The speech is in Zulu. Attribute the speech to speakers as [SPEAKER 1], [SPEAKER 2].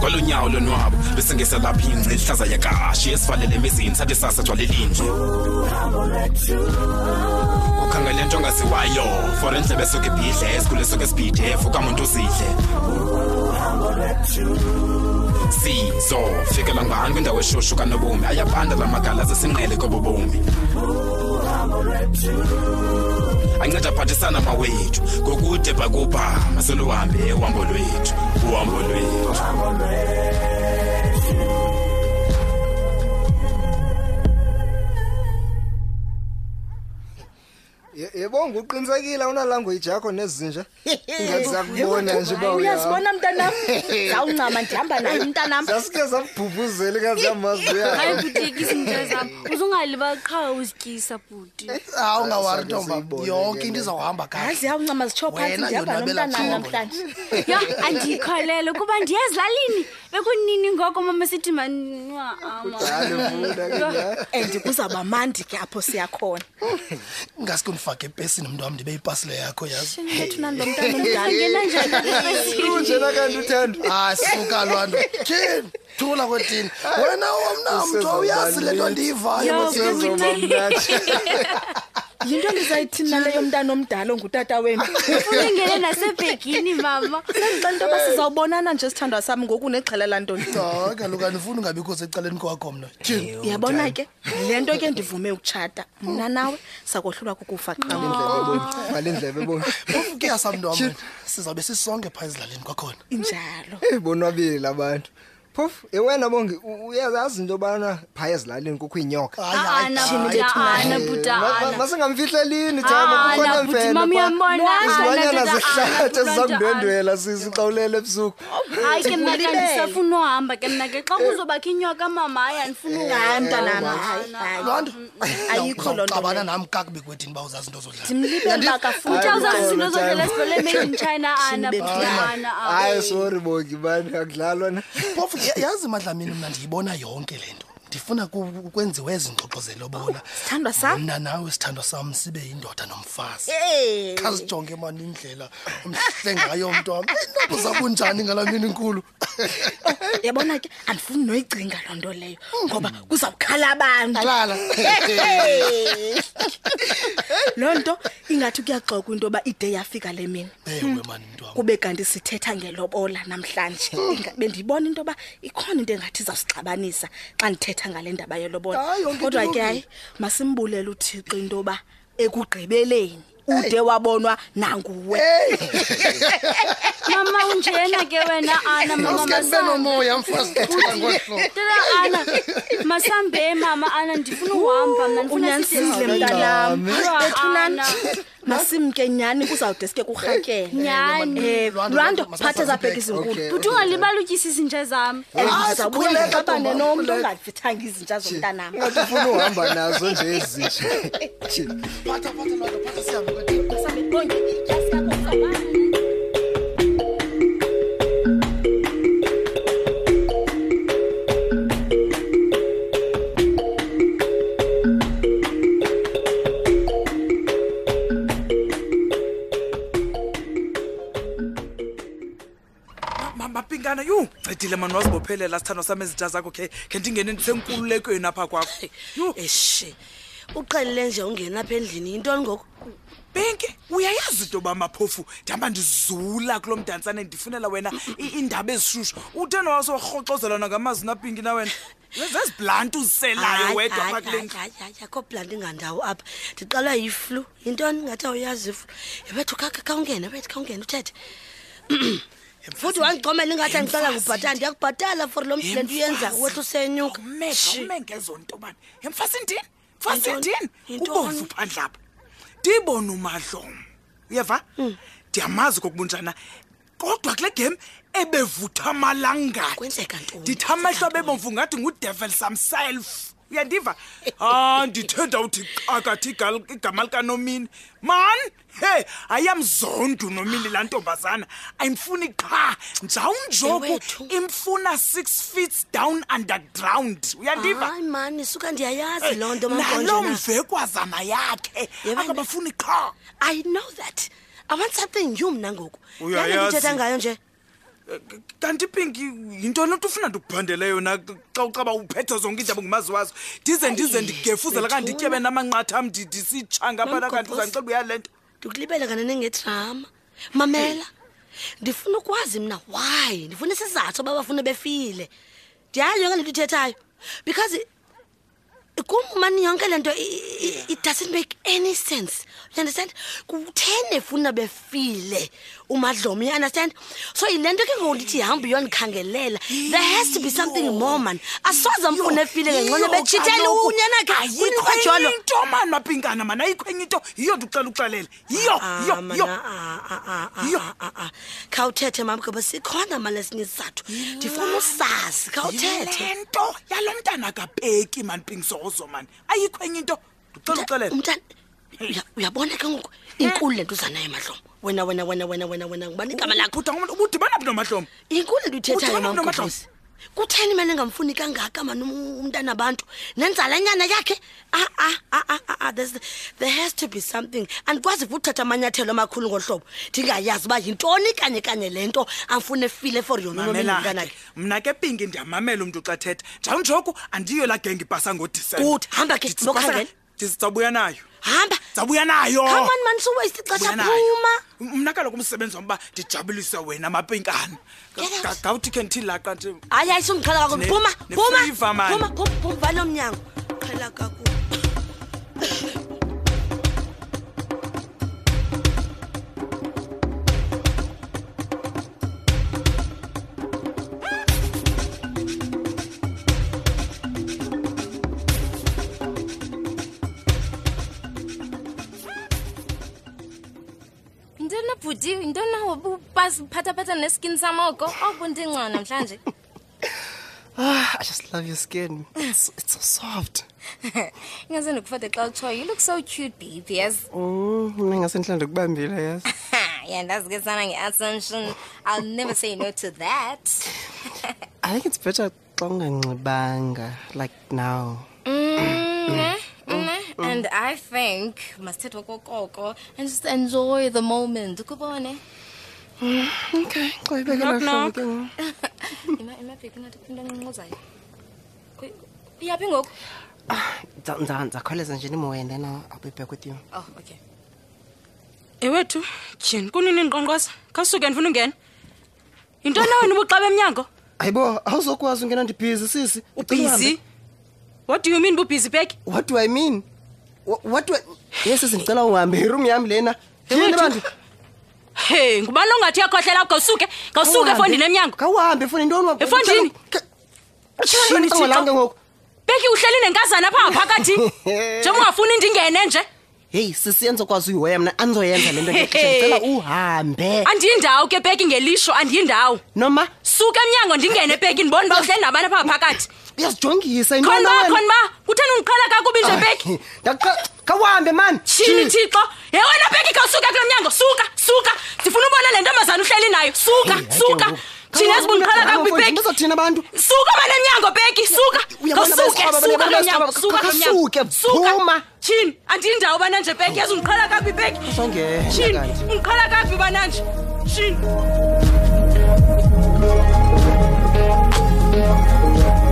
[SPEAKER 1] kwalonyawo lonwabo besingesa lapha ingce ihlaza yakashi esivalele emizini sathi sasa jwalelinje ukhangele nto ongaziwayo for endlebe esuke ibhidle esikhule esuke esibhidef ukamuntu uzidle sizo fikela ngani kwindawo eshushu kanobomi ayabanda la magala zesinqele kobobomi anceda aphathisana mawethu ngokude bhakubha maseluhambe uhambo lwethu uhambo lwethu
[SPEAKER 2] Ye- yebonga uqinisekile awunalanguage yakho nezinja ingathi zakubona nje uba
[SPEAKER 3] Hayi,
[SPEAKER 2] uya-
[SPEAKER 3] uyazibona mntanam zawuncama ndihamba naye mntanam
[SPEAKER 2] sasike sabhubhuzela
[SPEAKER 4] hayi
[SPEAKER 2] kaziyamazi
[SPEAKER 4] butekisi into zam uzungaliba qha uzityisa bhuti
[SPEAKER 5] hawu ungawari ntomba
[SPEAKER 2] Sasiyibone
[SPEAKER 5] yonke
[SPEAKER 2] ke
[SPEAKER 5] into
[SPEAKER 2] le.
[SPEAKER 5] izawuhamba kahle
[SPEAKER 3] yazi yawuncama zitsho phantsi
[SPEAKER 5] Wena
[SPEAKER 3] ndihamba
[SPEAKER 5] yonwabela
[SPEAKER 3] nomntanam
[SPEAKER 5] khulu.
[SPEAKER 3] namhlanje
[SPEAKER 4] yho andiyikholelwe kuba ndiye ezilalini bekunini ngoko mama sithi manwa
[SPEAKER 3] and kuzawuba mandi ke apho siyakhona
[SPEAKER 5] ingaske undifake epesini mntu wam ndibe ipasile yakho yazi
[SPEAKER 4] amamshethu nalo mntana umnganena njani
[SPEAKER 2] unjena kanti uthando Ah,
[SPEAKER 5] hayi suka lwanto tyhini thula kwetini wena womna mntu awuyazi le nto ndiyivayo
[SPEAKER 4] Yo,
[SPEAKER 5] kwetini.
[SPEAKER 2] sezoma mnatshe
[SPEAKER 3] yinto ndizayithini naleyo mntana omdala ongutata wenu
[SPEAKER 4] ungene nasebhegini mama
[SPEAKER 3] xa into yoba sizawubonana nje sithandwa sam ngoku nexhela lantoni
[SPEAKER 2] Oh,
[SPEAKER 5] hayi "Oh, kaloku andifuni ungabikho secaleni kwakho mna tyhini
[SPEAKER 3] uyabona ke le nto ke ndivume ukutshata mna nawe sakohlulwa kukufa
[SPEAKER 2] Oh.
[SPEAKER 3] qha
[SPEAKER 2] ngale ndlebe bonke
[SPEAKER 5] ufukeya sam mntu wam wena. sizawube sisonke phaa ezilalini kwakhona
[SPEAKER 3] injalo
[SPEAKER 2] eyi bonwabile abantu phofu ewena bonge u- uyazazi into yobana phaya ezilalini kukho
[SPEAKER 3] Ah,
[SPEAKER 2] iinyoka
[SPEAKER 5] Hayi, hayi,
[SPEAKER 4] ana
[SPEAKER 5] hayi.
[SPEAKER 4] buta ana buta
[SPEAKER 2] Ma- ma-
[SPEAKER 4] ana
[SPEAKER 2] masingamfihlelini thaba kukhona
[SPEAKER 4] ana buti Ah, mama uyambona
[SPEAKER 2] izilwanyana
[SPEAKER 4] ah,
[SPEAKER 2] zihlathe
[SPEAKER 4] zisahlathe
[SPEAKER 2] zizamndwendwela sisi xa ulele ebusuku
[SPEAKER 4] hayi ke mna ke ndisafuna uhamba ke mna ke xa kuzobakho inyoka mama hayi
[SPEAKER 6] Eh,
[SPEAKER 4] andifuna
[SPEAKER 2] Eh,
[SPEAKER 3] hayi Ah, mntanam
[SPEAKER 4] uhamba.
[SPEAKER 3] hayi hayi
[SPEAKER 5] loo nto
[SPEAKER 3] Ayikho loo nto
[SPEAKER 5] Uzawuxabana
[SPEAKER 3] leyo.
[SPEAKER 5] nam kakubi kwetini uba uzazi into zodlala
[SPEAKER 3] ndimlibele bakafuna
[SPEAKER 4] Utya
[SPEAKER 2] Hayi,
[SPEAKER 4] uzazi
[SPEAKER 2] uxolo,
[SPEAKER 4] izinto zodlela
[SPEAKER 2] Jabu.
[SPEAKER 4] esibhele made in china ana buta ana
[SPEAKER 2] hayi sori bongi bani akudlalwa na
[SPEAKER 5] phofu ya- yazi madlamini mna ndiyibona yonke le nto ndifuna ku- kwenziwe ezi ngxoxo zelobola
[SPEAKER 3] sithandwa sam?
[SPEAKER 5] mna nawe sithandwa sam sibe yindoda nomfazi
[SPEAKER 3] Hey.
[SPEAKER 5] khazijonge mani indlela umhle ngayo mntu wam intobo zabunjani ngalaa mini nkulu
[SPEAKER 3] yabona ke andifuni noyicinga loo nto leyo
[SPEAKER 5] Hmm.
[SPEAKER 3] ngoba kuzawukhala abantu
[SPEAKER 5] lala
[SPEAKER 3] loo nto ingathi kuyaxoka into yoba ide yafika le mini
[SPEAKER 5] ewe mani mntu wam
[SPEAKER 3] kube kanti sithetha ngelobola namhlanje
[SPEAKER 5] Hmm.
[SPEAKER 3] Inga- bendiyibona into yoba ikhona into engathi izawusixabanisa xa ndithetha ngale ndaba yelobola
[SPEAKER 5] Hayi, yonke into
[SPEAKER 3] kodwa ke
[SPEAKER 5] ilungile.
[SPEAKER 3] hayi masimbulele uthixo into yoba ekugqibeleni ude wabonwa nanguwe
[SPEAKER 4] mama unjena ke wena ana mama
[SPEAKER 5] uske ndibe
[SPEAKER 4] masambe.
[SPEAKER 5] nomoya mfazi ethetha ngolu hlobo
[SPEAKER 4] Tata, ana masambe mama ana ndifuna uhamba mna ndifuna
[SPEAKER 3] unyanisile
[SPEAKER 4] sihambe.
[SPEAKER 3] mntanam
[SPEAKER 4] Yho,
[SPEAKER 3] ethunani
[SPEAKER 4] Ana.
[SPEAKER 3] masimke nyhani kuzawude sike kurhatyele
[SPEAKER 4] nyhani
[SPEAKER 6] Eh,
[SPEAKER 3] um
[SPEAKER 5] Lwando,
[SPEAKER 3] lwanto
[SPEAKER 5] masiphathe
[SPEAKER 3] phathe zabheka
[SPEAKER 5] ibhegi.
[SPEAKER 3] izinkulu
[SPEAKER 4] buthi ungalibali utyisa izinja zam
[SPEAKER 6] Ah,
[SPEAKER 3] andizawubuya
[SPEAKER 5] sikhuleka,
[SPEAKER 3] ndixabane
[SPEAKER 5] Tomba,
[SPEAKER 3] nomntu
[SPEAKER 5] sikhuleka.
[SPEAKER 3] ongavithanga izintsha zomntanam
[SPEAKER 2] ungathi ufuna uhamba nazo nje ezintsha Tyhini.
[SPEAKER 5] phatha phatha laa phatha sihambe kwethu.
[SPEAKER 7] Ma- mapinkana yhu ncedile mani wazibophelela sithandwa sam ezintsha zakho khe khe ndingene ndisenkululekweni apha kwakho yhu
[SPEAKER 6] eshi uqelele nje ungena apha endlini yintoni ngoku
[SPEAKER 7] pinki uyayazi into yoba maphofu ndihamba ndizula kulo mdantsane ndifunela wena i- iindaba ezishushu uthena wasorhoxozelwa nangamazwi napinki na wena zeziblanti uziselayo
[SPEAKER 6] Hayi,
[SPEAKER 7] wedwa
[SPEAKER 6] hayi,
[SPEAKER 7] pha kule
[SPEAKER 6] hayi,
[SPEAKER 7] ndlu
[SPEAKER 6] hayi, hayi, akho blanti ingandawo apha ndiqalwa yiflu yintoni ngathi awuyazi iflu ebethu khawungene bethu khawungene uthethe futhi wandiqomela ingathi andicela ngubhatala ndiyakubhatala for lo msi le nto uyenza wethi usenyuka Shi.
[SPEAKER 7] umengezo nto bani emfasi ndini mfasi
[SPEAKER 6] Yintoni?
[SPEAKER 7] ndini
[SPEAKER 6] Yintoni?
[SPEAKER 7] ubovu phandle apha ndiyibona umadlomo uyeva
[SPEAKER 6] Hmm.
[SPEAKER 7] ndiyamazi kokubunjana kodwa kule game ebevutha amalangathi
[SPEAKER 6] kwenzeka ntoni?
[SPEAKER 7] ndithi amehlo abebomvu ngathi ngudevil samself uyandiva ha ndithe ndawuthi akathi igal- igama likanomini mani he ayamzondu nomini laa ntombazana ayimfuni qha njawunjoku
[SPEAKER 6] Ewethu.
[SPEAKER 7] imfuna six feet down underground uyandiva
[SPEAKER 6] hayi mani suka ndiyayazi Ah, loo nto
[SPEAKER 7] Eh, nalo
[SPEAKER 6] mamkonjena
[SPEAKER 7] mvekwazana yakhe
[SPEAKER 6] Yebo,
[SPEAKER 7] akabafuni qha
[SPEAKER 6] i know that i want something new mna ngoku Yale nto
[SPEAKER 7] Uyayazi.
[SPEAKER 6] uthetha ngayo nje
[SPEAKER 7] Eh, k- kanti pinki yintoni loo nto ufuna ndikubhandele yona k- xa ucaba uphethe zonke iindaba ngumaziwazo ndize ndize ndigefuzela kanti ityebe namanqathi am ndi- ndisitshanga phana kanti
[SPEAKER 6] Mamgobhozi.
[SPEAKER 7] uzandixela uyale nto
[SPEAKER 6] ndikulibele kanene ngedrama mamela ndifuna ukwazi mna why ndifuna isizathu uba bafune befile ndiyazi yonke le nto ithethayo because kum mani yonke le nto i- i- i- it doesn't make any sense you understand kutheni efuna befile umadlomi you understand so yile nto ke ngoku ndithi ihambe iyondikhangelela there has to be something more mani asoze mfuna efile ngenxana betshitele unyana khe
[SPEAKER 7] ayikwenye
[SPEAKER 6] kwinkwajolo
[SPEAKER 7] into mani mapinkana mani ayikwenye into yiyo ndikuxela ukuxelele yiyo
[SPEAKER 6] Ah,
[SPEAKER 7] yiyo
[SPEAKER 6] mana,
[SPEAKER 7] yiyo
[SPEAKER 6] ah, ah, ah, ah,
[SPEAKER 7] Yo.
[SPEAKER 6] ah, ah, ah. khawuthethe mam ngoba sikhona mali esinye isizathu ndifuna usazi
[SPEAKER 7] yile
[SPEAKER 6] khawuthethe
[SPEAKER 7] nto yalo mntana kapeki mani pinkizozo mani ayikhwenye into ndikuxela ukuxelele
[SPEAKER 6] umntana uya- uyabona ke ngoku inkulu le nto uzanayo madlomo wena wena wena wena wena wena ngubani igama lakho
[SPEAKER 7] Ubhuda ngomuntu- ubudibana phi nomahloma
[SPEAKER 6] inkulu le nto
[SPEAKER 7] Uthini
[SPEAKER 6] ithethayo
[SPEAKER 7] wena uMadlomo?
[SPEAKER 6] mamgobosi kutheni mane ngamfuni kangaka mani um- umntana abantu nenzalanyana yakhe ah ah ah ah, ah ah there's- there has to be something andikwazi futhi uthatha amanyathelo amakhulu ngohlobo ndingayazi uba yintoni kanye kanye le nto amfune efile for yona unomini
[SPEAKER 7] mamela
[SPEAKER 6] umntanakhe
[SPEAKER 7] ke mna ke pinki ndiyamamela umntu xa thetha njawunjoku andiyo laa genge ibhasa
[SPEAKER 6] Good. Hamba ke, bokhangela.
[SPEAKER 7] ndizawubuya nayo
[SPEAKER 6] hamba
[SPEAKER 7] ndizawubuya nayo
[SPEAKER 6] come on mani suwaste ixesha
[SPEAKER 7] Buya nayo.
[SPEAKER 6] phuma
[SPEAKER 7] mna kaloku umsebenzi wam uba ndijabulise wena mapinkana
[SPEAKER 6] Get out.
[SPEAKER 7] gawuthi khe ndilaqa nje
[SPEAKER 6] hayi hayi sundiqhela kakhulu
[SPEAKER 7] Ne-
[SPEAKER 6] phuma phuma
[SPEAKER 7] neflavor, man.
[SPEAKER 6] phuma phuma phuma valo mnyango qhela kakhulu
[SPEAKER 8] yintoni ebhuti yintoni ubuphathaphatha neskini sam oko obo ndingca namhlanje
[SPEAKER 5] Ah, I just love your skin. It's, it's so soft.
[SPEAKER 8] ingase ndikufade xa utshoyo you look so cute baby yes
[SPEAKER 5] Mm, Mna ngasentlanda kubambile yazi.
[SPEAKER 8] yeah ndazi ke sana nge-assumption i'll never say no to that
[SPEAKER 5] I think it's better xa unganxibanga like now.
[SPEAKER 8] Mm, mm, and i think masithethwa kokoko and just enjoy the moment ukubone
[SPEAKER 5] Okay, xa ibeke
[SPEAKER 8] Knock,
[SPEAKER 5] lahlobo
[SPEAKER 8] knock.
[SPEAKER 5] ke ngoku.
[SPEAKER 8] imabhekinati into enqinquzayo uyaphi ngoku
[SPEAKER 5] Nda- nda- Ndzakhawuleza nje ndimoya and then I'll I'll be back with you.
[SPEAKER 8] oh okay
[SPEAKER 4] ewethu jini Eh, kunini ndiqonqoza khawusuke ndifuna ungena yintoni wena ubuxa bemnyango
[SPEAKER 5] Hayibo, awuzokwazi ungena ndibhizi sisi. Ucinga uhambe.
[SPEAKER 4] ubhizi what do you mean bubhizi peki
[SPEAKER 5] What do I mean? Wha- What do I... Yes, sisi ndicela uhambe iroom yami lena.
[SPEAKER 4] Ewethu.
[SPEAKER 5] Yini bantu?
[SPEAKER 4] he ngubani ongathi uyakhohlela khawusuke khawusuke
[SPEAKER 5] Awuhambe.
[SPEAKER 4] efondini emnyango
[SPEAKER 5] Khawuhambe efondini intoni wa-
[SPEAKER 4] Efondini?
[SPEAKER 5] Ka-
[SPEAKER 4] Tshini,
[SPEAKER 5] Ucabange
[SPEAKER 4] Thixo.
[SPEAKER 5] ngoku.
[SPEAKER 4] peki uhleli nenkazana phaa ngaphakathi njengoba ungafuni ndingene nje
[SPEAKER 5] heyi sisi endizokwazi uyihoya mna andizoyenza le nto ngexesha ndicela uhambe
[SPEAKER 4] andiyindawo ke peki ngelisho andiyindawo
[SPEAKER 5] noma
[SPEAKER 4] suke emnyango ndingene peki ndibona uba uhleli nabantu phaa phakathi
[SPEAKER 5] uyazijongisa
[SPEAKER 4] khona
[SPEAKER 5] intona
[SPEAKER 4] uba
[SPEAKER 5] wena.
[SPEAKER 4] khona uba kutheni undiqhela kakubi nje peki
[SPEAKER 5] Ay, ndakuqa- khawuhambe mani
[SPEAKER 4] tshini thixo ye wena beki khawusuka kulo mnyango suka suka ndifuna ubona le ntombazana uhleli nayo suka
[SPEAKER 5] Hey, hayi ke ngoku.
[SPEAKER 4] suka tshini
[SPEAKER 5] Khawuhambe,
[SPEAKER 4] ezibundiqhala kakubi
[SPEAKER 5] mfowethu,
[SPEAKER 4] beki
[SPEAKER 5] bazothina abantu
[SPEAKER 4] suka bale mnyango beki suka
[SPEAKER 5] Uyabona
[SPEAKER 4] khawusuke
[SPEAKER 5] bayasixhoba,
[SPEAKER 4] suka
[SPEAKER 5] bayabona
[SPEAKER 4] kulo mnyango
[SPEAKER 5] bayasixhoba.
[SPEAKER 4] suka kulo
[SPEAKER 5] Khawusuke,
[SPEAKER 4] mnyango suka
[SPEAKER 5] phuma.
[SPEAKER 4] tshini andiyindawo bananje beki ezundiqhala kakubi beki
[SPEAKER 5] Uzongena
[SPEAKER 4] tshini
[SPEAKER 5] kanti.
[SPEAKER 4] undiqhala kakubi bananje tshini
[SPEAKER 9] Sisi,